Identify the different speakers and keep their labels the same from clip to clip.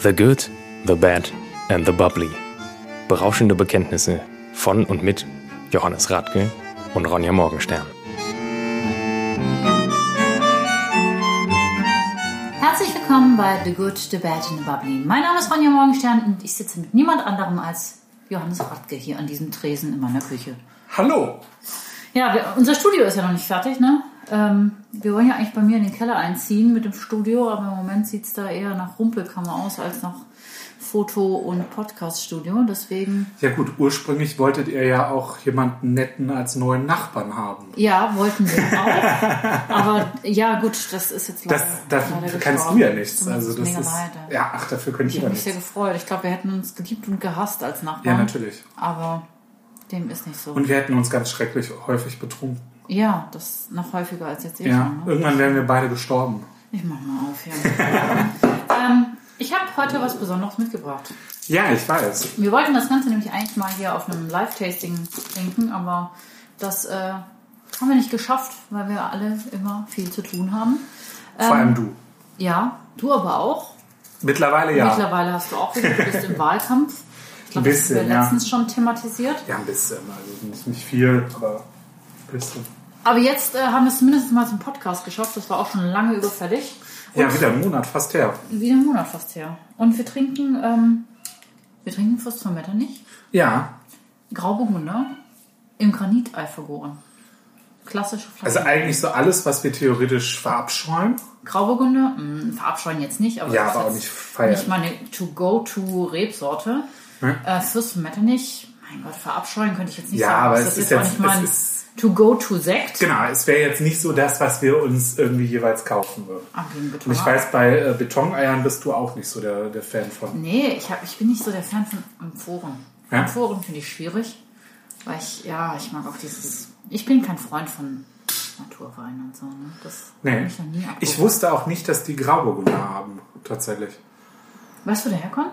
Speaker 1: The Good, The Bad and The Bubbly. Berauschende Bekenntnisse von und mit Johannes Radke und Ronja Morgenstern.
Speaker 2: Herzlich willkommen bei The Good, The Bad and The Bubbly. Mein Name ist Ronja Morgenstern und ich sitze mit niemand anderem als Johannes Radke hier an diesem Tresen in meiner Küche.
Speaker 3: Hallo!
Speaker 2: Ja, wir, unser Studio ist ja noch nicht fertig, ne? Ähm, wir wollen ja eigentlich bei mir in den Keller einziehen mit dem Studio, aber im Moment sieht es da eher nach Rumpelkammer aus als nach Foto- und Podcast-Studio. Deswegen,
Speaker 3: Ja gut, ursprünglich wolltet ihr ja auch jemanden netten als neuen Nachbarn haben.
Speaker 2: ja, wollten wir auch. aber ja, gut, das ist jetzt leider.
Speaker 3: Das, dafür
Speaker 2: leider
Speaker 3: kannst du
Speaker 2: gestorben.
Speaker 3: ja nichts.
Speaker 2: Tut uns
Speaker 3: Also das
Speaker 2: mega
Speaker 3: ist,
Speaker 2: leid.
Speaker 3: ja, ach, dafür könnt
Speaker 2: Ich
Speaker 3: ihr
Speaker 2: habe mich sehr
Speaker 3: nichts.
Speaker 2: gefreut. Ich glaube, wir hätten uns geliebt und gehasst als Nachbarn.
Speaker 3: Ja, natürlich.
Speaker 2: Aber dem ist nicht so.
Speaker 3: Und wir hätten uns ganz schrecklich häufig betrunken.
Speaker 2: ja, das noch häufiger als jetzt eh
Speaker 3: Ja,
Speaker 2: schon. Ne?
Speaker 3: irgendwann wären wir beide gestorben.
Speaker 2: Ich mach mal auf, ja. ähm, ich habe heute was Besonderes mitgebracht.
Speaker 3: Ja, ich weiß.
Speaker 2: Wir wollten das Ganze nämlich eigentlich mal hier auf einem Live-Tasting trinken, aber das äh, haben wir nicht geschafft, weil wir alle immer viel zu tun haben. Ähm,
Speaker 3: Vor allem du.
Speaker 2: Ja, du aber auch.
Speaker 3: Mittlerweile ja.
Speaker 2: Mittlerweile hast du auch wieder, du bist im Wahlkampf. Ich glaube, das haben
Speaker 3: Bisschen,
Speaker 2: wir
Speaker 3: ja.
Speaker 2: letztens schon thematisiert.
Speaker 3: Ja, ein bisschen. Also nicht, nicht viel, aber ein bisschen.
Speaker 2: Aber jetzt äh, haben wir es zumindest mal zum Podcast geschafft. Das war auch schon lange überfällig. Und
Speaker 3: Ja, wieder ein Monat fast her.
Speaker 2: wieder einen Monat fast her. Und wir trinken, ähm, wir trinken fast vom Wetter nicht.
Speaker 3: Ja,
Speaker 2: Grauburgunder im Granitei vergoren. Klassische Flasche.
Speaker 3: also eigentlich so alles, was wir theoretisch verabscheuen.
Speaker 2: Grauburgunder, mh, verabscheuen jetzt nicht, aber
Speaker 3: Ja,
Speaker 2: das ist
Speaker 3: aber auch
Speaker 2: jetzt
Speaker 3: nicht feiern. Hm?
Speaker 2: Nicht meine To-Go-To-Rebsorte. Äh, fürs Metternich, mein Gott, verabscheuen könnte ich jetzt nicht
Speaker 3: Ja,
Speaker 2: sagen.
Speaker 3: aber es
Speaker 2: das
Speaker 3: ist
Speaker 2: jetzt auch
Speaker 3: jetzt-
Speaker 2: nicht mal
Speaker 3: es
Speaker 2: ein
Speaker 3: ist-
Speaker 2: To-Go-To-Sekt.
Speaker 3: Genau, es wäre jetzt nicht so das, was wir uns irgendwie jeweils kaufen würden.
Speaker 2: Ah, gegen Beton.
Speaker 3: Und ich weiß, bei äh, Betoneiern bist du auch nicht so der, der Fan von.
Speaker 2: Nee, ich, hab, ich bin nicht so der Fan von Amphoren.
Speaker 3: Ja?
Speaker 2: Amphoren finde ich schwierig, weil ich, ja, ich mag auch dieses. Ich bin kein Freund von Naturwein und so. Ne? Das
Speaker 3: Nee.
Speaker 2: hab ich noch nie
Speaker 3: Ich
Speaker 2: abgeholt.
Speaker 3: wusste auch nicht, dass die Grauburgunder haben, tatsächlich.
Speaker 2: Weißt du, wo der herkommt?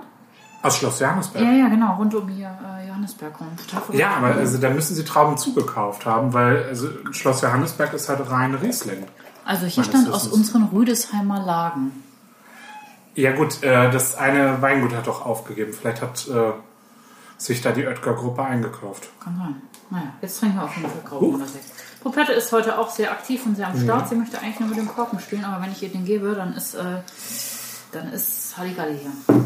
Speaker 3: Aus Schloss Johannesberg.
Speaker 2: Ja, ja, genau, rund um hier äh, Johannesberg rum. Total verrückt.
Speaker 3: Ja, aber also, da müssen sie Trauben zugekauft haben, weil also, Schloss Johannesberg ist halt rein Riesling.
Speaker 2: Also hier
Speaker 3: Meines
Speaker 2: stand aus
Speaker 3: Wissens.
Speaker 2: unseren Rüdesheimer Lagen.
Speaker 3: Ja gut, äh, das eine Weingut hat doch aufgegeben. Vielleicht hat äh, sich da die Oetker-Gruppe eingekauft.
Speaker 2: Kann sein. Naja, jetzt trinken wir auf jeden Fall Grauburgunder Sekt. Popette ist heute auch sehr aktiv und sehr am Start. Sie möchte eigentlich nur mit dem Korken spielen, aber wenn ich ihr den gebe, dann ist, äh, dann ist Halligalli hier.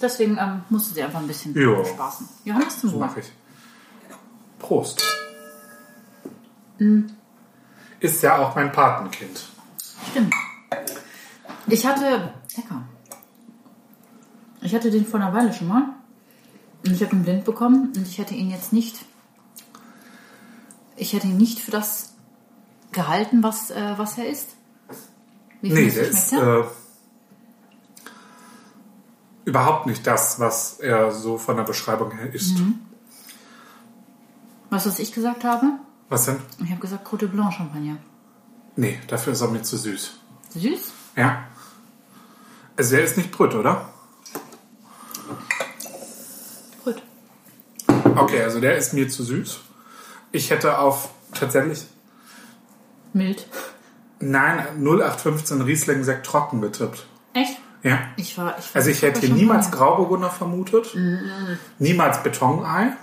Speaker 2: Deswegen ähm, musst du sie einfach ein bisschen
Speaker 3: Jo.
Speaker 2: spaßen. Johannes zum Wohl.
Speaker 3: Mach ich. Prost. Ist ja auch mein Patenkind.
Speaker 2: Stimmt. Ich hatte, lecker. Ich hatte den vor einer Weile schon mal. Und ich habe ihn blind bekommen und ich hätte ihn jetzt nicht, ich hätte ihn nicht für das gehalten, was, äh, was er ist. Wie
Speaker 3: Nee,
Speaker 2: findest du,
Speaker 3: der ist
Speaker 2: schmeckt er?
Speaker 3: äh, überhaupt nicht das, was er so von der Beschreibung her ist.
Speaker 2: Weißt du, was ich gesagt habe?
Speaker 3: Was denn?
Speaker 2: Ich habe gesagt Cote Blanc Champagner.
Speaker 3: Nee, dafür ist er mir zu süß.
Speaker 2: Süß?
Speaker 3: Ja. Also er ist nicht brüt, oder?
Speaker 2: Gut.
Speaker 3: Okay, also der ist mir zu süß. Ich hätte auf tatsächlich,
Speaker 2: Mild.
Speaker 3: nein, 0815 Riesling Sekt trocken getippt.
Speaker 2: Echt?
Speaker 3: Ja.
Speaker 2: Ich war, ich war
Speaker 3: Also ich hätte hier
Speaker 2: Champagner.
Speaker 3: niemals Grauburgunder vermutet,
Speaker 2: Mhm.
Speaker 3: niemals Betonei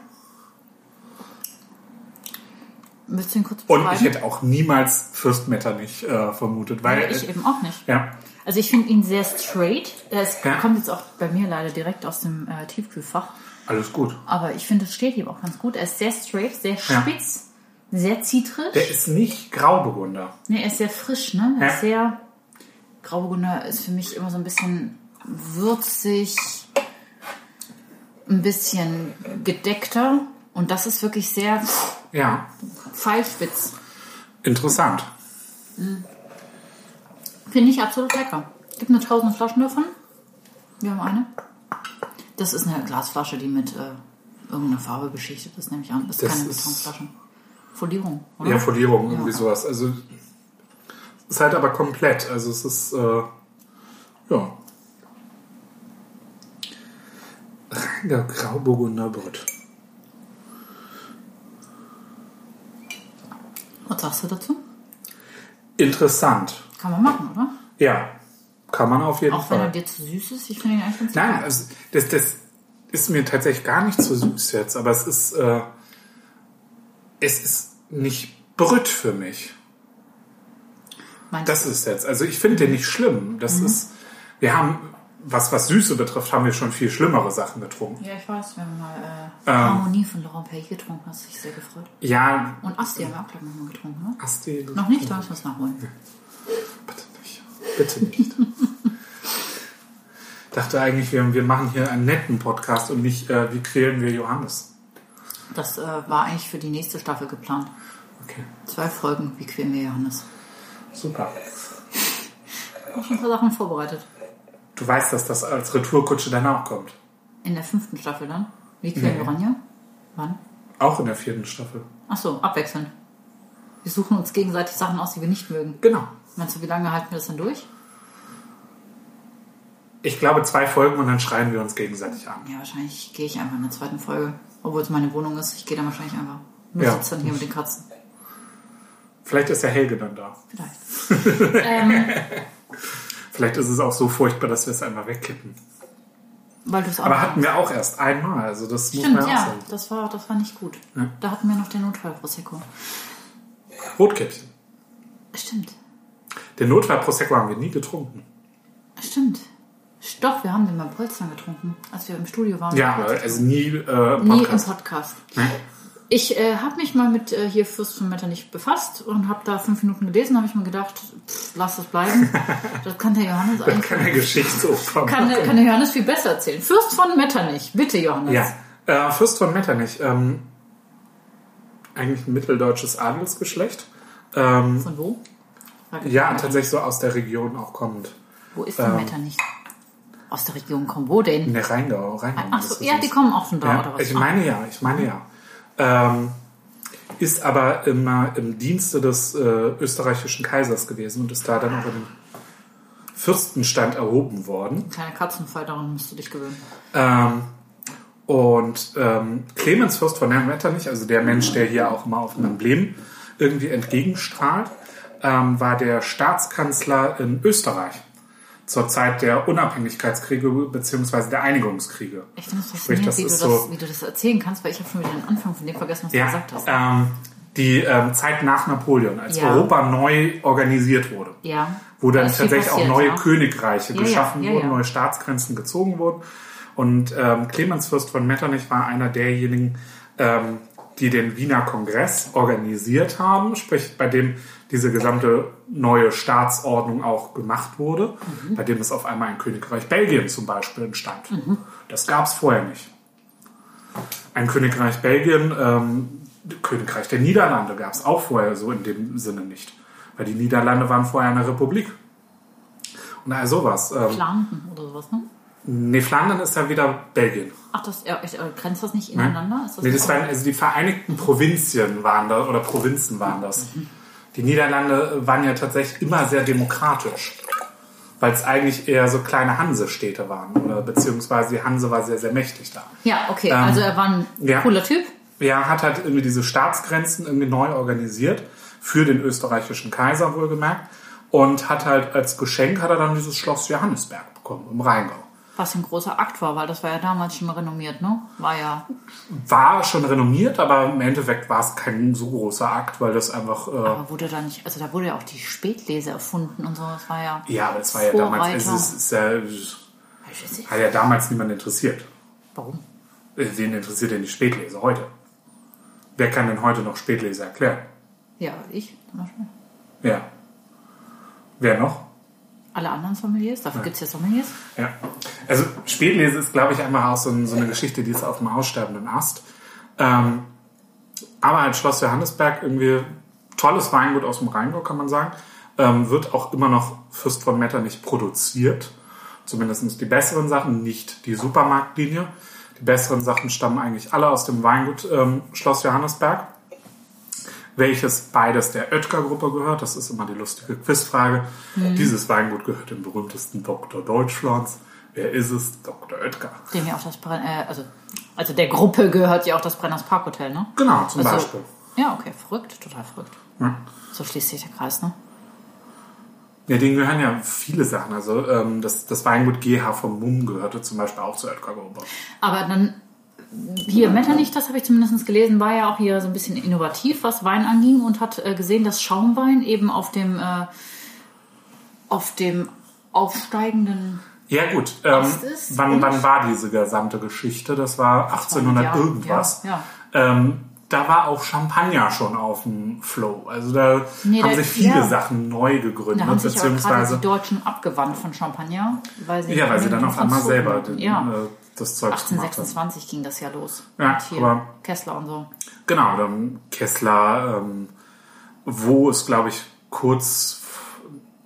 Speaker 2: Willst du ihn kurz
Speaker 3: und
Speaker 2: beschreiben?
Speaker 3: ich hätte auch niemals Fürst Metternich äh, vermutet, weil...
Speaker 2: ich eben auch nicht.
Speaker 3: ja.
Speaker 2: Also ich finde ihn sehr straight. Es
Speaker 3: Ja.
Speaker 2: kommt jetzt auch bei mir leider direkt aus dem äh, Tiefkühlfach.
Speaker 3: Alles gut.
Speaker 2: Aber ich finde, es steht ihm auch ganz gut. Er ist sehr straight, sehr
Speaker 3: Ja.
Speaker 2: spitz, sehr zitrisch.
Speaker 3: Der ist nicht Grauburgunder.
Speaker 2: nee, er ist sehr frisch, ne? Er
Speaker 3: Ja.
Speaker 2: ist sehr... Grauburgunder ist für mich immer so ein bisschen würzig, ein bisschen gedeckter. Und das ist wirklich sehr
Speaker 3: Ja,
Speaker 2: pfeilspitz.
Speaker 3: interessant.
Speaker 2: Finde ich absolut lecker. Gibt nur 1000 Flaschen davon. Wir haben eine. Das ist eine Glasflasche, die mit äh, irgendeiner Farbe beschichtet ist, nehme ich an. Ist
Speaker 3: Das
Speaker 2: keine
Speaker 3: ist-
Speaker 2: Betonflasche. Folierung, oder?
Speaker 3: Ja, Folierung, irgendwie sowas. Also ist halt aber komplett. Also es ist äh, ja. Reiner Grauburgunder Brot.
Speaker 2: Was sagst du dazu?
Speaker 3: Interessant.
Speaker 2: Kann man machen, oder?
Speaker 3: Ja, Kann man auf jeden
Speaker 2: Auch wenn er
Speaker 3: Fall.
Speaker 2: dir zu süß ist, ich finde ihn eigentlich ganz
Speaker 3: Nein, also das, das ist mir tatsächlich gar nicht so süß jetzt, aber es ist, äh, es ist nicht brütt für mich.
Speaker 2: Meinst
Speaker 3: Das ist jetzt. Also ich finde den nicht schlimm.
Speaker 2: Mhm.
Speaker 3: Das ist, wir haben, was, was Süße betrifft, haben wir schon viel schlimmere Sachen getrunken.
Speaker 2: du? Ja, ich weiß, wenn du mal äh,
Speaker 3: Ähm.
Speaker 2: Harmonie von Laurent Perrier getrunken hast, hab ich sehr gefreut.
Speaker 3: Ja,
Speaker 2: Und Asti haben wir auch gleich nochmal getrunken, ne?
Speaker 3: Asti.
Speaker 2: Noch nicht, da müssen wir es nachholen.
Speaker 3: Bitte nicht. Bitte nicht. Dachte eigentlich, wir, wir machen hier einen netten Podcast und nicht, äh, wie quälen wir Johannes.
Speaker 2: Das äh, war eigentlich für die nächste Staffel geplant.
Speaker 3: Okay,
Speaker 2: Zwei Folgen, wie quälen wir Johannes.
Speaker 3: super.
Speaker 2: Ich habe schon ein paar Sachen vorbereitet.
Speaker 3: Du weißt, dass das als Retourkutsche dann auch kommt.
Speaker 2: In der fünften Staffel dann. Wie quälen
Speaker 3: Nee.
Speaker 2: wir Ronja? Wann?
Speaker 3: Auch in der vierten Staffel.
Speaker 2: Achso, abwechselnd. Wir suchen uns gegenseitig Sachen aus, die wir nicht mögen.
Speaker 3: Genau.
Speaker 2: Meinst du, wie lange halten wir das denn durch?
Speaker 3: Ich glaube, zwei Folgen und dann schreien wir uns gegenseitig an.
Speaker 2: Ja, wahrscheinlich gehe ich einfach in der zweiten Folge. Obwohl es meine Wohnung ist, ich gehe dann wahrscheinlich einfach. Nur
Speaker 3: Ja.
Speaker 2: sitzt dann hier mit den Katzen.
Speaker 3: Vielleicht ist der Helge dann da.
Speaker 2: Vielleicht.
Speaker 3: Vielleicht ist es auch so furchtbar, dass wir es einmal wegkippen.
Speaker 2: Weil du es auch
Speaker 3: Aber hatten wir auch erst einmal. Also das muss
Speaker 2: Stimmt,
Speaker 3: man ja auch
Speaker 2: ja,
Speaker 3: sagen.
Speaker 2: das war, das war nicht gut. Da hatten wir noch den Notfall Prosecco.
Speaker 3: Rotkäppchen.
Speaker 2: Stimmt,
Speaker 3: Den Notfall Prosecco haben wir nie getrunken.
Speaker 2: stimmt. Doch, wir haben den beim Polstern getrunken, als wir im Studio waren.
Speaker 3: Ja, aber also nie äh,
Speaker 2: nie im
Speaker 3: Podcast.
Speaker 2: Podcast.
Speaker 3: Hm?
Speaker 2: Ich äh, habe mich mal mit äh, hier Fürst von Metternich befasst und habe da fünf Minuten gelesen, habe ich mir gedacht, pff, lass das bleiben. Das kann der Johannes
Speaker 3: Dann
Speaker 2: eigentlich.
Speaker 3: kann der Geschichtsopfer
Speaker 2: Kann, der- kann der Johannes viel besser erzählen. Fürst von Metternich, bitte Johannes.
Speaker 3: Ja, äh, Fürst von Metternich. Ähm, eigentlich ein mitteldeutsches Adelsgeschlecht. Ähm,
Speaker 2: Von wo? Frag ich
Speaker 3: ja,
Speaker 2: mal.
Speaker 3: tatsächlich ähm, so aus der Region auch kommend.
Speaker 2: Wo ist denn Metternich? Aus der Region kommen. Wo denn?
Speaker 3: Ne, Rheingau. Rheingau
Speaker 2: Ach
Speaker 3: müsste
Speaker 2: so,
Speaker 3: es
Speaker 2: ja,
Speaker 3: sein.
Speaker 2: die kommen auch von da,
Speaker 3: Ja,
Speaker 2: oder was?
Speaker 3: ich meine ja, ich meine ja. Ähm, ist aber immer im Dienste des äh, österreichischen Kaisers gewesen und ist da dann auch in den Fürstenstand erhoben worden.
Speaker 2: Kleine Katzenfall, daran musst du dich gewöhnen.
Speaker 3: Ähm, und ähm, Clemens Fürst von Metternich, also der Mensch, der hier auch immer auf dem Emblem irgendwie entgegenstrahlt, ähm, war der Staatskanzler in Österreich zur Zeit der Unabhängigkeitskriege bzw. der Einigungskriege.
Speaker 2: Ich finde es
Speaker 3: Sprich,
Speaker 2: faszinierend,
Speaker 3: das
Speaker 2: wie, du
Speaker 3: ist
Speaker 2: das,
Speaker 3: so-
Speaker 2: wie du das erzählen kannst, weil ich habe schon wieder den Anfang von dem vergessen, was du
Speaker 3: Ja,
Speaker 2: gesagt hast.
Speaker 3: ähm, die ähm, Zeit nach Napoleon, als
Speaker 2: Ja.
Speaker 3: Europa neu organisiert wurde,
Speaker 2: ja.
Speaker 3: wo dann
Speaker 2: Da ist viel
Speaker 3: tatsächlich auch
Speaker 2: passiert,
Speaker 3: neue
Speaker 2: ja.
Speaker 3: Königreiche
Speaker 2: Ja, ja,
Speaker 3: geschaffen
Speaker 2: ja,
Speaker 3: wurden,
Speaker 2: ja.
Speaker 3: neue Staatsgrenzen gezogen wurden. Und ähm, Clemens Fürst von Metternich war einer derjenigen, ähm, die den Wiener Kongress organisiert haben, sprich bei dem diese gesamte neue Staatsordnung auch gemacht wurde,
Speaker 2: Mhm.
Speaker 3: bei dem es auf einmal ein Königreich Belgien zum Beispiel entstand.
Speaker 2: Mhm.
Speaker 3: Das gab es vorher nicht ein Königreich Belgien, ähm, Königreich der Niederlande gab es auch vorher so in dem Sinne nicht. Weil die Niederlande waren vorher eine Republik. Und all sowas. Ähm,
Speaker 2: Flandern oder sowas, ne?
Speaker 3: nee, Flandern ist ja wieder Belgien.
Speaker 2: Ach, das, ja, ich, äh, grenzt das nicht ineinander? Ist das
Speaker 3: Nee,
Speaker 2: nicht
Speaker 3: das waren, also die Vereinigten Provinzien waren das, oder Provinzen waren das.
Speaker 2: Mhm.
Speaker 3: Die Niederlande waren ja tatsächlich immer sehr demokratisch. Weil es eigentlich eher so kleine Hansestädte waren. Oder beziehungsweise die Hanse war sehr, sehr mächtig da.
Speaker 2: ja, okay, also er war ein
Speaker 3: Ähm, ja.
Speaker 2: cooler Typ.
Speaker 3: Ja, hat halt irgendwie diese Staatsgrenzen irgendwie neu organisiert für den österreichischen Kaiser wohlgemerkt und hat halt als Geschenk hat er dann dieses Schloss Johannesberg bekommen im Rheingau.
Speaker 2: Was ein großer Akt war, weil das war ja damals schon renommiert, ne? War ja.
Speaker 3: War schon renommiert, aber im Endeffekt war es kein so großer Akt, weil das einfach äh,
Speaker 2: Aber wurde da nicht, also da wurde ja auch die Spätlese erfunden und so, das war ja.
Speaker 3: ja, aber es war ja damals es
Speaker 2: Vorreiter.
Speaker 3: ist, ist ja, hat
Speaker 2: Ich weiß nicht,
Speaker 3: ja damals niemand interessiert.
Speaker 2: Warum?
Speaker 3: Wen interessiert denn die Spätlese heute? Wer kann denn heute noch Spätlese erklären?
Speaker 2: Ja, ich zum Beispiel.
Speaker 3: Ja. Wer noch?
Speaker 2: Alle anderen Sommeliers, dafür gibt es ja Sommeliers.
Speaker 3: Ja. Also Spätlese ist, glaube ich, einmal auch so, ein, so eine Geschichte, die ist auf dem aussterbenden Ast. Ähm, aber halt Schloss Johannesberg, irgendwie tolles Weingut aus dem Rheingau, kann man sagen. Ähm, wird auch immer noch Fürst von Metternich produziert. Zumindest die besseren Sachen, nicht die Supermarktlinie. Die besseren Sachen stammen eigentlich alle aus dem Weingut ähm, Schloss Johannesberg welches beides der Oetker-Gruppe gehört. Das ist immer die lustige Quizfrage.
Speaker 2: Mhm.
Speaker 3: Dieses Weingut gehört dem berühmtesten Doktor Deutschlands. Wer ist es? Dr. Oetker.
Speaker 2: Dem ja auch das Brenn, äh, also, also der Gruppe gehört ja auch das Brenners Parkhotel, ne?
Speaker 3: Genau, zum
Speaker 2: Also-
Speaker 3: Beispiel.
Speaker 2: Ja, okay, verrückt, total verrückt.
Speaker 3: Ja.
Speaker 2: So schließt sich der Kreis, ne?
Speaker 3: Ja, denen gehören ja viele Sachen. Also ähm, das, das Weingut GH vom Mumm gehörte zum Beispiel auch zur Oetker-Gruppe.
Speaker 2: Aber dann, hier, Metternich, das habe ich zumindest gelesen, war ja auch hier so ein bisschen innovativ, was Wein anging und hat äh, gesehen, dass Schaumwein eben auf dem, äh, auf dem aufsteigenden
Speaker 3: Ja gut, ähm,
Speaker 2: Was ist?
Speaker 3: wann,
Speaker 2: Und?
Speaker 3: wann war diese gesamte Geschichte? Das war 1800
Speaker 2: Ja,
Speaker 3: irgendwas.
Speaker 2: Ja, ja.
Speaker 3: Ähm, da war auch Champagner schon auf dem Flow. Also da
Speaker 2: Nee,
Speaker 3: haben
Speaker 2: da-
Speaker 3: sich viele
Speaker 2: ja.
Speaker 3: Sachen neu gegründet,
Speaker 2: Da haben sich aber gerade
Speaker 3: beziehungsweise
Speaker 2: die Deutschen abgewandt von Champagner, weil sie,
Speaker 3: ja, weil sie dann auf einmal
Speaker 2: Franzosen-
Speaker 3: selber den,
Speaker 2: ja.
Speaker 3: äh, das Zeug gemacht haben.
Speaker 2: 1826 ging das ja los.
Speaker 3: Ja,
Speaker 2: Mit hier
Speaker 3: aber-
Speaker 2: Kessler und so.
Speaker 3: Genau, dann Kessler, ähm, wo ist, glaube ich, kurz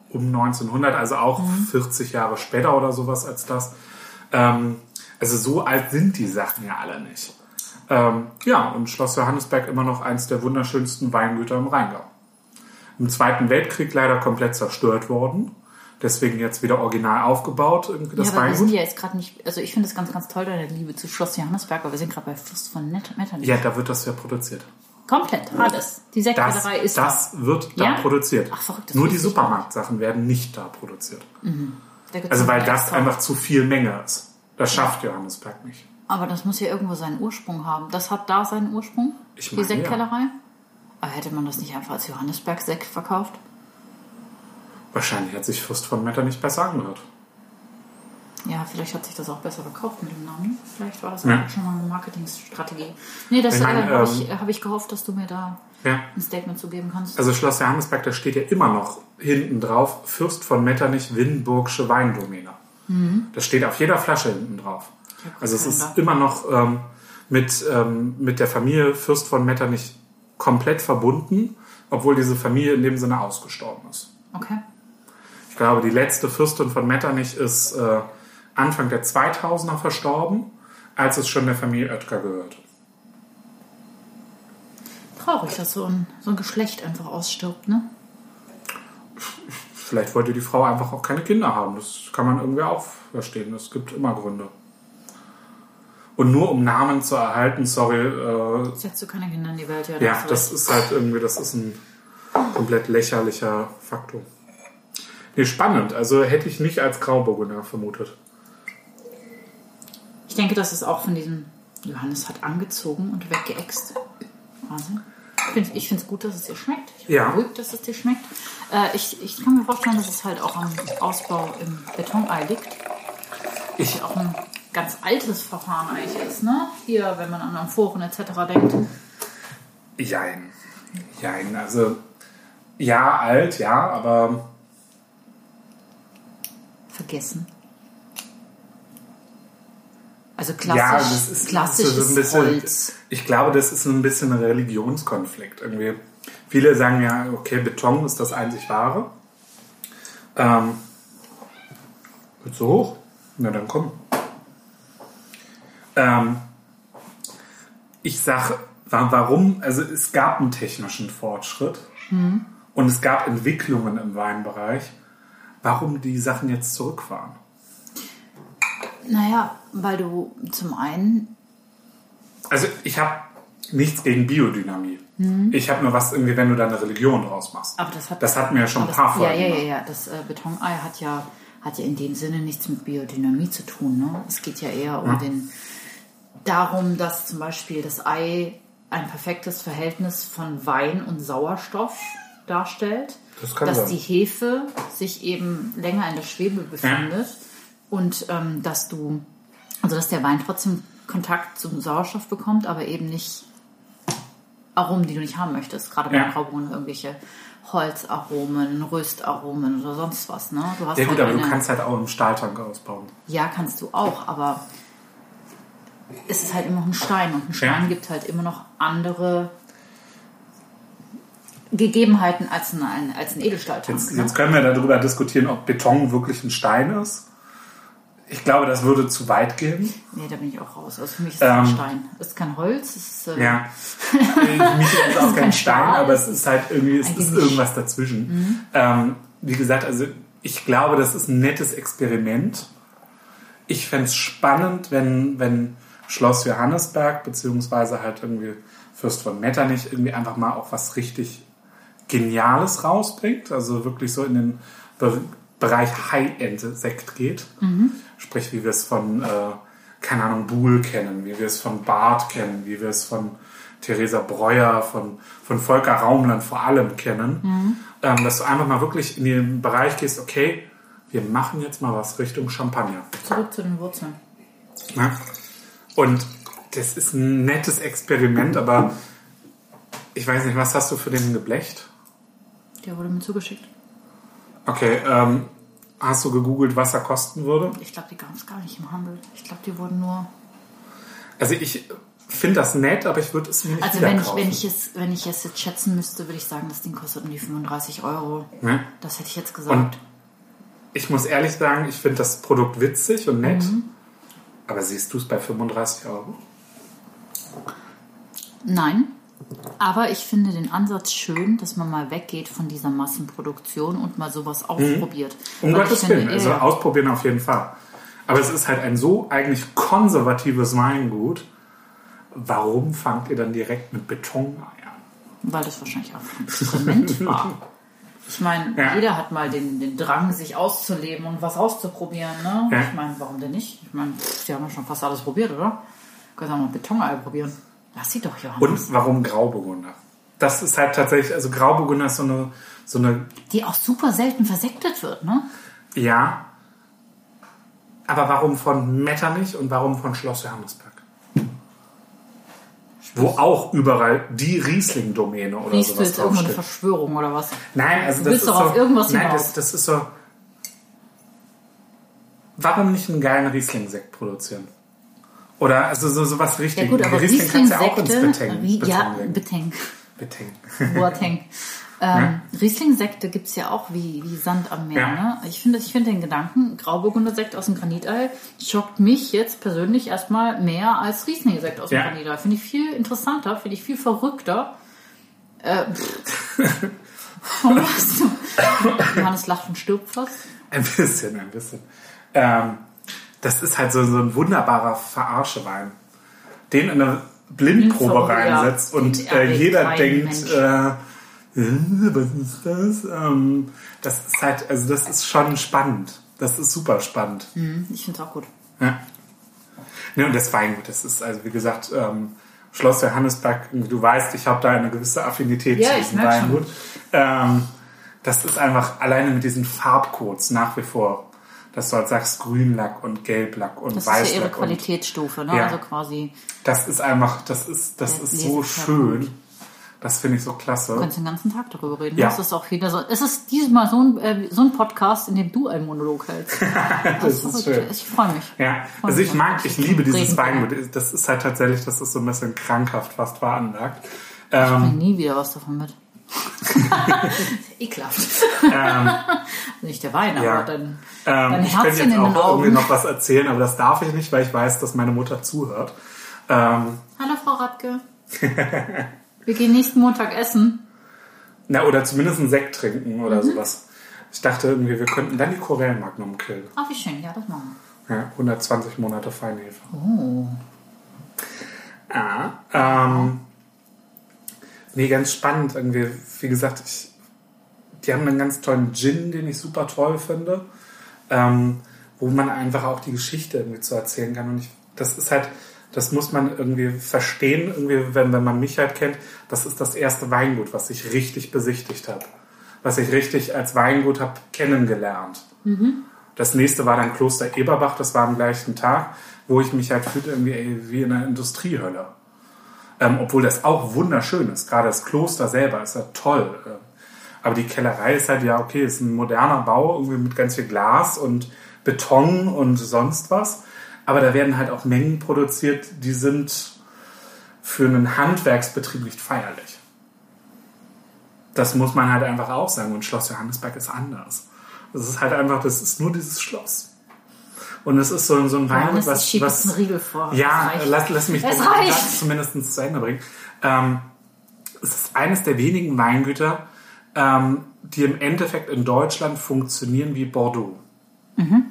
Speaker 3: um 1900, also auch
Speaker 2: Mhm.
Speaker 3: 40 Jahre später oder sowas als das. Ähm, also so alt sind die Sachen ja alle nicht. Ähm, ja, und Schloss Johannesberg immer noch eins der wunderschönsten Weingüter im Rheingau. Im Zweiten Weltkrieg leider komplett zerstört worden. Deswegen jetzt wieder original aufgebaut, irgendwie das
Speaker 2: ja, aber wir sind
Speaker 3: Weingut.
Speaker 2: ja jetzt gerade nicht, also ich finde es ganz, ganz toll, deine Liebe zu Schloss Johannesberg, aber wir sind gerade bei Fürst von Net- Metternich.
Speaker 3: Ja, da wird das ja produziert.
Speaker 2: Komplett, alles. Die
Speaker 3: Das,
Speaker 2: Sektbäckerei ist
Speaker 3: das wird da
Speaker 2: Ja?
Speaker 3: produziert.
Speaker 2: Ach, verrückt, das
Speaker 3: Nur die
Speaker 2: wusste ich
Speaker 3: Supermarktsachen werden nicht da produziert.
Speaker 2: da. Da
Speaker 3: Also weil das
Speaker 2: extra.
Speaker 3: einfach zu viel Menge ist. Das schafft Johannesberg nicht.
Speaker 2: Aber das muss ja irgendwo seinen Ursprung haben. Das hat da seinen Ursprung,
Speaker 3: Ich
Speaker 2: die
Speaker 3: meine, ja.
Speaker 2: Sektkellerei. Aber hätte man das nicht einfach als Johannesberg-Sekt verkauft?
Speaker 3: Wahrscheinlich hat sich Fürst von Metter nicht besser angehört.
Speaker 2: Ja, vielleicht hat sich das auch besser verkauft mit dem Namen. Vielleicht war das
Speaker 3: Ja.
Speaker 2: auch schon mal eine Marketingstrategie. Nee, das
Speaker 3: Ich meine,
Speaker 2: äh, habe
Speaker 3: ähm,
Speaker 2: ich, äh, hab ich gehofft, dass du mir da
Speaker 3: Ja.
Speaker 2: ein Statement zu geben kannst.
Speaker 3: Also Schloss Johannesberg, da steht ja immer noch hinten drauf Fürst von Metternich Winburgsche Weindomäne.
Speaker 2: Mhm.
Speaker 3: Das steht auf jeder Flasche hinten drauf.
Speaker 2: hab
Speaker 3: Also es
Speaker 2: keinen
Speaker 3: ist
Speaker 2: Plan.
Speaker 3: immer noch ähm, mit, ähm, mit der Familie Fürst von Metternich komplett verbunden, obwohl diese Familie in dem Sinne ausgestorben ist.
Speaker 2: okay.
Speaker 3: Ich glaube, die letzte Fürstin von Metternich ist äh, Anfang der 2000er verstorben, als es schon der Familie Oetker gehört.
Speaker 2: Traurig, dass so ein, so ein Geschlecht einfach ausstirbt, ne?
Speaker 3: Vielleicht wollte die Frau einfach auch keine Kinder haben. Das kann man irgendwie auch verstehen. Es gibt immer Gründe. Und nur um Namen zu erhalten, sorry, äh,
Speaker 2: Setzt du keine Kinder in die Welt, ja. da
Speaker 3: ja,
Speaker 2: hast du
Speaker 3: das
Speaker 2: recht.
Speaker 3: ist halt irgendwie, das ist ein komplett lächerlicher Faktor. Nee, spannend. Also hätte ich nicht als Grauburgunder vermutet.
Speaker 2: Ich denke, das ist auch von diesem Johannes hat angezogen und weggeäxt. Wahnsinn. Ich find's- Ich finde es gut, dass es dir schmeckt. Ich bin
Speaker 3: Ja.
Speaker 2: beruhigt, dass es dir schmeckt. Äh, ich, ich kann mir vorstellen, dass es halt auch am Ausbau im Betonei liegt.
Speaker 3: Ich
Speaker 2: Auch ein ganz altes Verfahren eigentlich ist, ne? Hier, wenn man an Amphoren etc. denkt.
Speaker 3: Jein. Jein. Also, ja, alt, ja, aber
Speaker 2: Vergessen. Also
Speaker 3: ja,
Speaker 2: klassisch,
Speaker 3: das ist,
Speaker 2: klassisch
Speaker 3: das ist ein
Speaker 2: ist
Speaker 3: bisschen.
Speaker 2: Holz.
Speaker 3: Ich glaube, das ist ein bisschen ein Religionskonflikt. Irgendwie. Viele sagen ja, okay, Beton ist das einzig wahre. Ähm, wird so hoch? Na dann komm. Ähm, ich sag, wa- warum? Also es gab einen technischen Fortschritt
Speaker 2: Hm.
Speaker 3: und es gab Entwicklungen im Weinbereich. Warum die Sachen jetzt zurückfahren?
Speaker 2: Naja, weil du zum einen
Speaker 3: Also ich habe nichts gegen Biodynamie. Ich habe nur was irgendwie, wenn du da eine Religion draus machst.
Speaker 2: Mhm. Aber das hat,
Speaker 3: das hatten wir ja schon ein
Speaker 2: aber
Speaker 3: paar
Speaker 2: das-
Speaker 3: Folgen. ne?
Speaker 2: Ja, ja, ja, ja. Das äh, Betonei hat ja, hat ja in dem Sinne nichts mit Biodynamie zu tun. Ne? Es geht ja eher um den, darum, dass zum Beispiel das Ei ein perfektes Verhältnis von Wein und Sauerstoff darstellt.
Speaker 3: Das kann
Speaker 2: dass
Speaker 3: sein.
Speaker 2: die Hefe sich eben länger in der Schwebe befindet und ähm, dass du, also dass der Wein trotzdem Kontakt zum Sauerstoff bekommt, aber eben nicht Aromen, die du nicht haben möchtest. Gerade bei
Speaker 3: Ja.
Speaker 2: Graubohnen irgendwelche Holzaromen, Röstaromen oder sonst was. Ne? Du hast
Speaker 3: Ja gut,
Speaker 2: halt
Speaker 3: aber du
Speaker 2: eine-
Speaker 3: kannst halt auch im Stahltank ausbauen.
Speaker 2: ja, kannst du auch, aber es ist halt immer noch ein Stein und ein Stein
Speaker 3: Ja.
Speaker 2: gibt halt immer noch andere Gegebenheiten als ein, ein- als ein Edelstahltank.
Speaker 3: Jetzt,
Speaker 2: ne?
Speaker 3: jetzt können wir darüber diskutieren, ob Beton wirklich ein Stein ist. Ich glaube, das würde zu weit gehen.
Speaker 2: Nee, da bin ich auch raus. Also für mich ist es ein
Speaker 3: Ähm,
Speaker 2: Stein. Es ist kein Holz, es ist äh,
Speaker 3: Ja. Äh, Mich ist auch
Speaker 2: kein
Speaker 3: kein Stein,
Speaker 2: Stahl,
Speaker 3: aber es ist halt irgendwie, es
Speaker 2: ein
Speaker 3: ist
Speaker 2: Gemisch.
Speaker 3: irgendwas dazwischen. Ähm, wie gesagt, also ich glaube, das ist ein nettes Experiment. Ich fänd's spannend, wenn, wenn Schloss Johannesberg, beziehungsweise halt irgendwie Fürst von Metternich irgendwie einfach mal auch was richtig Geniales rausbringt. Also wirklich so in den Be Bereich High-End-Sekt geht. Sprich, wie wir es von, äh, keine Ahnung, Buhl kennen, wie wir es von Barth kennen, wie wir es von Theresa Breuer, von, von Volker Raumland vor allem kennen. Ähm, dass du einfach mal wirklich in den Bereich gehst, okay, wir machen jetzt mal was Richtung Champagner.
Speaker 2: Zurück zu den Wurzeln.
Speaker 3: Ne? Und das ist ein nettes Experiment, aber ich weiß nicht, was hast du für den geblecht?
Speaker 2: Der wurde mir zugeschickt.
Speaker 3: Okay, ähm, hast du gegoogelt, was er kosten würde?
Speaker 2: Ich glaube, die gab es gar nicht im Handel. Ich glaube, die wurden nur.
Speaker 3: Also ich finde das nett, aber ich würde es mir nicht
Speaker 2: Also
Speaker 3: wieder
Speaker 2: wenn ich,
Speaker 3: kaufen.
Speaker 2: wenn, ich es, wenn ich es jetzt schätzen müsste, würde ich sagen, das Ding kostet um die 35 Euro.
Speaker 3: Ne?
Speaker 2: Das hätte ich jetzt gesagt.
Speaker 3: Ich muss ehrlich sagen, ich finde das Produkt witzig und nett.
Speaker 2: Mhm.
Speaker 3: Aber siehst du es bei 35 Euro?
Speaker 2: Nein. Aber ich finde den Ansatz schön, dass man mal weggeht von dieser Massenproduktion und mal sowas ausprobiert.
Speaker 3: Um
Speaker 2: Weil ich
Speaker 3: Gottes
Speaker 2: finde, eh-
Speaker 3: Willen,
Speaker 2: ja,
Speaker 3: also
Speaker 2: ja.
Speaker 3: ausprobieren auf jeden Fall. Aber es ist halt ein so eigentlich konservatives Weingut. Warum fangt ihr dann direkt mit Beton an?
Speaker 2: Weil das wahrscheinlich auch ein Experiment war. Ich meine,
Speaker 3: Ja.
Speaker 2: jeder hat mal den, den Drang, sich auszuleben und was auszuprobieren. Ne?
Speaker 3: Ja.
Speaker 2: Ich meine, warum denn nicht? Ich meine, pff, die haben ja schon fast alles probiert, oder? Können sie auch mal Betonei probieren. Lass sie doch, Johannes.
Speaker 3: Und warum Grauburgunder? Das ist halt tatsächlich, also Grauburgunder ist so eine, so eine,
Speaker 2: Die auch super selten versektet wird, ne?
Speaker 3: ja. Aber warum von Metternich und warum von Schloss Johannesberg? Wo auch überall die Riesling-Domäne oder
Speaker 2: Riechst du
Speaker 3: sowas
Speaker 2: jetzt irgendwo eine
Speaker 3: draufsteht.
Speaker 2: Verschwörung oder was?
Speaker 3: Nein, also
Speaker 2: Du
Speaker 3: das
Speaker 2: willst
Speaker 3: ist
Speaker 2: doch
Speaker 3: so,
Speaker 2: auf irgendwas
Speaker 3: Nein,
Speaker 2: hinaus.
Speaker 3: das, das ist so. Warum nicht einen geilen Riesling-Sekt produzieren? Oder also so, so was richtig.
Speaker 2: Ja gut, aber
Speaker 3: Riesling kannst du ja auch ins
Speaker 2: Riesling-Sekte...
Speaker 3: Beton,
Speaker 2: Rie-
Speaker 3: Beton
Speaker 2: Ja,
Speaker 3: legen.
Speaker 2: Beteng.
Speaker 3: Beton.
Speaker 2: Boateng. Ähm, Riesling-Sekte gibt es ja auch wie, wie Sand am Meer.
Speaker 3: Ja.
Speaker 2: Ne? Ich finde ich finde den Gedanken, Grauburgunder-Sekt aus dem Granitei schockt mich jetzt persönlich erstmal mehr als Riesling-Sekt aus dem
Speaker 3: Ja.
Speaker 2: Granitei. Finde ich viel interessanter, finde ich viel verrückter. Äh, pff. Warum lachst du? Johannes lacht und stirbt fast.
Speaker 3: Ein bisschen, ein bisschen. Ähm, das ist halt so, so ein wunderbarer Verarschewein. Den in eine Blindprobe
Speaker 2: Blindprobe,
Speaker 3: reinsetzt
Speaker 2: ja.
Speaker 3: und
Speaker 2: Den
Speaker 3: äh,
Speaker 2: erregt
Speaker 3: jeder
Speaker 2: kein
Speaker 3: denkt,
Speaker 2: Mensch.
Speaker 3: äh, äh, was ist das? Ähm, das ist halt, also das ist schon spannend. Das ist super spannend.
Speaker 2: Hm, ich finde es auch gut.
Speaker 3: Ja. Ne, und das Weingut, das ist also wie gesagt, ähm, Schloss Johannesberg, du weißt, ich habe da eine gewisse Affinität
Speaker 2: Ja,
Speaker 3: zu
Speaker 2: ich
Speaker 3: diesem
Speaker 2: merk schon.
Speaker 3: Weingut. Ähm, das ist einfach alleine mit diesen Farbcodes nach wie vor, dass du halt sagst Grünlack und Gelblack und
Speaker 2: Das ist ja ihre
Speaker 3: Weißlack. und
Speaker 2: Qualitätsstufe, ne?
Speaker 3: Ja.
Speaker 2: Also quasi,
Speaker 3: das ist einfach, das ist, das
Speaker 2: Ja,
Speaker 3: ist so
Speaker 2: Leseklappen.
Speaker 3: schön. Das finde ich so
Speaker 2: du
Speaker 3: klasse.
Speaker 2: kannst den ganzen Tag darüber reden.
Speaker 3: Ja.
Speaker 2: Das ist auch wieder so. Es ist diesmal so ein, äh, so ein Podcast, in dem du einen Monolog hältst. Also,
Speaker 3: Das ist schön.
Speaker 2: Ich freue mich.
Speaker 3: Ja, also ich mag, ich liebe dieses
Speaker 2: äh, Reden.
Speaker 3: Weingut. Das ist halt tatsächlich, dass es so ein bisschen krankhaft fast veranlagt. Ähm,
Speaker 2: Ich bring nie wieder was davon mit. Ekelhaft. Nicht der Wein,
Speaker 3: Ähm. ja.
Speaker 2: aber dann
Speaker 3: Ähm,
Speaker 2: dein
Speaker 3: ich könnte
Speaker 2: Herzchen
Speaker 3: jetzt
Speaker 2: in
Speaker 3: auch
Speaker 2: den
Speaker 3: irgendwie
Speaker 2: Augen.
Speaker 3: noch was erzählen, aber das darf ich nicht, weil ich weiß, dass meine Mutter zuhört. Ähm,
Speaker 2: Hallo Frau Radke. Wir gehen nächsten Montag essen.
Speaker 3: na, oder zumindest einen Sekt trinken oder
Speaker 2: Mhm.
Speaker 3: sowas. Ich dachte irgendwie, wir könnten dann die Korellenmagnum killen.
Speaker 2: Ach, wie schön. Ja, das machen
Speaker 3: Ja, 120 Monate Feinhefe.
Speaker 2: wir. Oh.
Speaker 3: Ja, ähm, nee, ganz spannend irgendwie. Wie gesagt, ich, die haben einen ganz tollen Gin, den ich super toll finde, ähm, wo man einfach auch die Geschichte irgendwie zu erzählen kann. Und ich, das ist halt, das muss man irgendwie verstehen, irgendwie, wenn, wenn man mich halt kennt. Das ist das erste Weingut, was ich richtig besichtigt habe. Was ich richtig als Weingut habe kennengelernt. Das nächste war dann Kloster Eberbach, das war am gleichen Tag, wo ich mich halt fühlte irgendwie ey, wie in einer Industriehölle. Ähm, obwohl das auch wunderschön ist. Gerade das Kloster selber ist ja toll. Ähm, aber die Kellerei ist halt ja, okay, ist ein moderner Bau, irgendwie mit ganz viel Glas und Beton und sonst was. Aber da werden halt auch Mengen produziert, die sind für einen Handwerksbetrieb nicht feierlich. Das muss man halt einfach auch sagen. Und Schloss Johannesberg ist anders. Das ist halt einfach, das ist nur dieses Schloss. Und es ist so, so ein Wein,
Speaker 2: Johannes, ich
Speaker 3: was,
Speaker 2: schiebe
Speaker 3: was,
Speaker 2: jetzt einen Riegel vor.
Speaker 3: ja,
Speaker 2: Das reicht.
Speaker 3: lass, lass mich
Speaker 2: Es
Speaker 3: den Satz
Speaker 2: reicht.
Speaker 3: zumindest zu Ende bringen. Ähm, es ist eines der wenigen Weingüter, ähm, die im Endeffekt in Deutschland funktionieren wie Bordeaux.
Speaker 2: Mhm.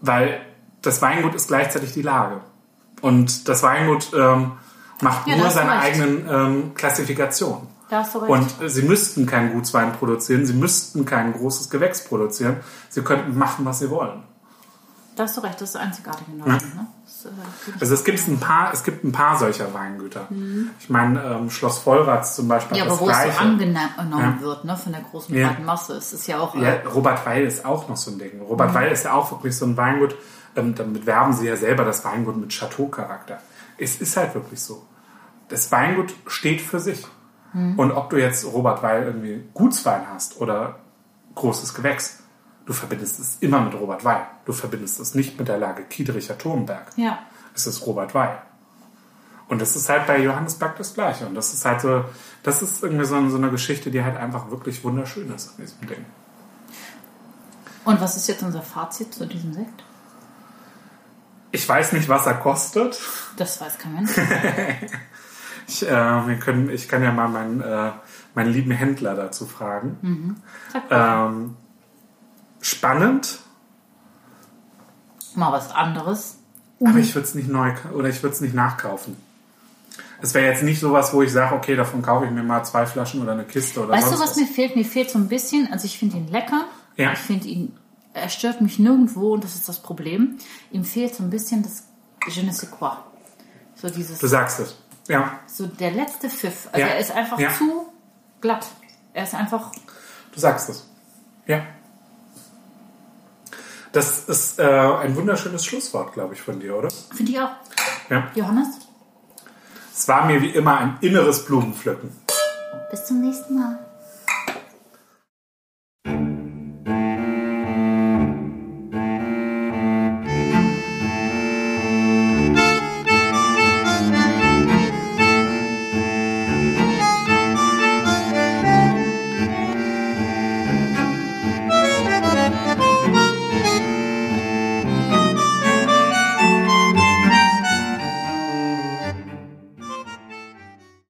Speaker 3: Weil das Weingut ist gleichzeitig die Lage. Und das Weingut ähm, macht
Speaker 2: Ja, da
Speaker 3: nur
Speaker 2: hast du
Speaker 3: seine
Speaker 2: recht.
Speaker 3: eigenen ähm, Klassifikationen.
Speaker 2: Da hast du recht.
Speaker 3: Und äh, sie müssten keinen Gutswein produzieren, sie müssten kein großes Gewächs produzieren. Sie könnten machen, was sie wollen.
Speaker 2: Da hast du recht, das ist einzigartig in Deutschland. Ne? Das, äh, gibt
Speaker 3: Mhm. Also es gibt ein paar, es gibt ein paar solcher Weingüter. Ich meine, ähm, Schloss Vollrats zum Beispiel
Speaker 2: ja,
Speaker 3: hat
Speaker 2: aber
Speaker 3: das
Speaker 2: wo es so
Speaker 3: gleiche.
Speaker 2: angenommen wird, ne, von der großen
Speaker 3: Ja.
Speaker 2: breiten Masse. Es ist ja auch. äh,
Speaker 3: Ja, Robert Weil ist auch noch so ein Ding.
Speaker 2: Mhm.
Speaker 3: Robert Weil ist ja auch wirklich so ein Weingut. Ähm, damit werben sie ja selber das Weingut mit Chateau-Charakter. Es ist halt wirklich so. Das Weingut steht für sich.
Speaker 2: Mhm.
Speaker 3: Und ob du jetzt Robert Weil irgendwie Gutswein hast oder großes Gewächs, du verbindest es immer mit Robert Weil. Du verbindest es nicht mit der Lage Kiedricher-Turmberg.
Speaker 2: Ja.
Speaker 3: Es ist Robert Weil. Und das ist halt bei Johannes Back das Gleiche. Und das ist halt so, das ist irgendwie so, so eine Geschichte, die halt einfach wirklich wunderschön ist an diesem Ding.
Speaker 2: Und was ist jetzt unser Fazit zu diesem Sekt?
Speaker 3: Ich weiß nicht, was er kostet.
Speaker 2: Das weiß kein Mensch.
Speaker 3: Ich, äh, wir können, ich kann ja mal meinen, äh, meinen lieben Händler dazu fragen.
Speaker 2: Mhm. Sag mal.
Speaker 3: Ähm, spannend,
Speaker 2: mal was anderes.
Speaker 3: aber ich würde es nicht neu ka- oder ich würde es nicht nachkaufen. Es wäre jetzt nicht sowas, wo ich sage, okay, davon kaufe ich mir mal zwei Flaschen oder eine Kiste oder
Speaker 2: Weißt
Speaker 3: sonst
Speaker 2: du, was mir fehlt? Mir fehlt so ein bisschen, also ich finde ihn lecker.
Speaker 3: Ja.
Speaker 2: Ich finde ihn, er stört mich nirgendwo und das ist das Problem. Ihm fehlt so ein bisschen das Je ne sais quoi. So dieses,
Speaker 3: Du sagst es. Ja,
Speaker 2: so der letzte Pfiff. Also
Speaker 3: Ja.
Speaker 2: er ist einfach
Speaker 3: Ja.
Speaker 2: zu glatt. Er ist einfach,
Speaker 3: du sagst es. Ja. Das ist äh, ein wunderschönes Schlusswort, glaube ich, von dir, oder?
Speaker 2: finde ich auch.
Speaker 3: Ja.
Speaker 2: Johannes,
Speaker 3: Es war mir wie immer ein inneres Blumenpflücken.
Speaker 2: bis zum nächsten Mal.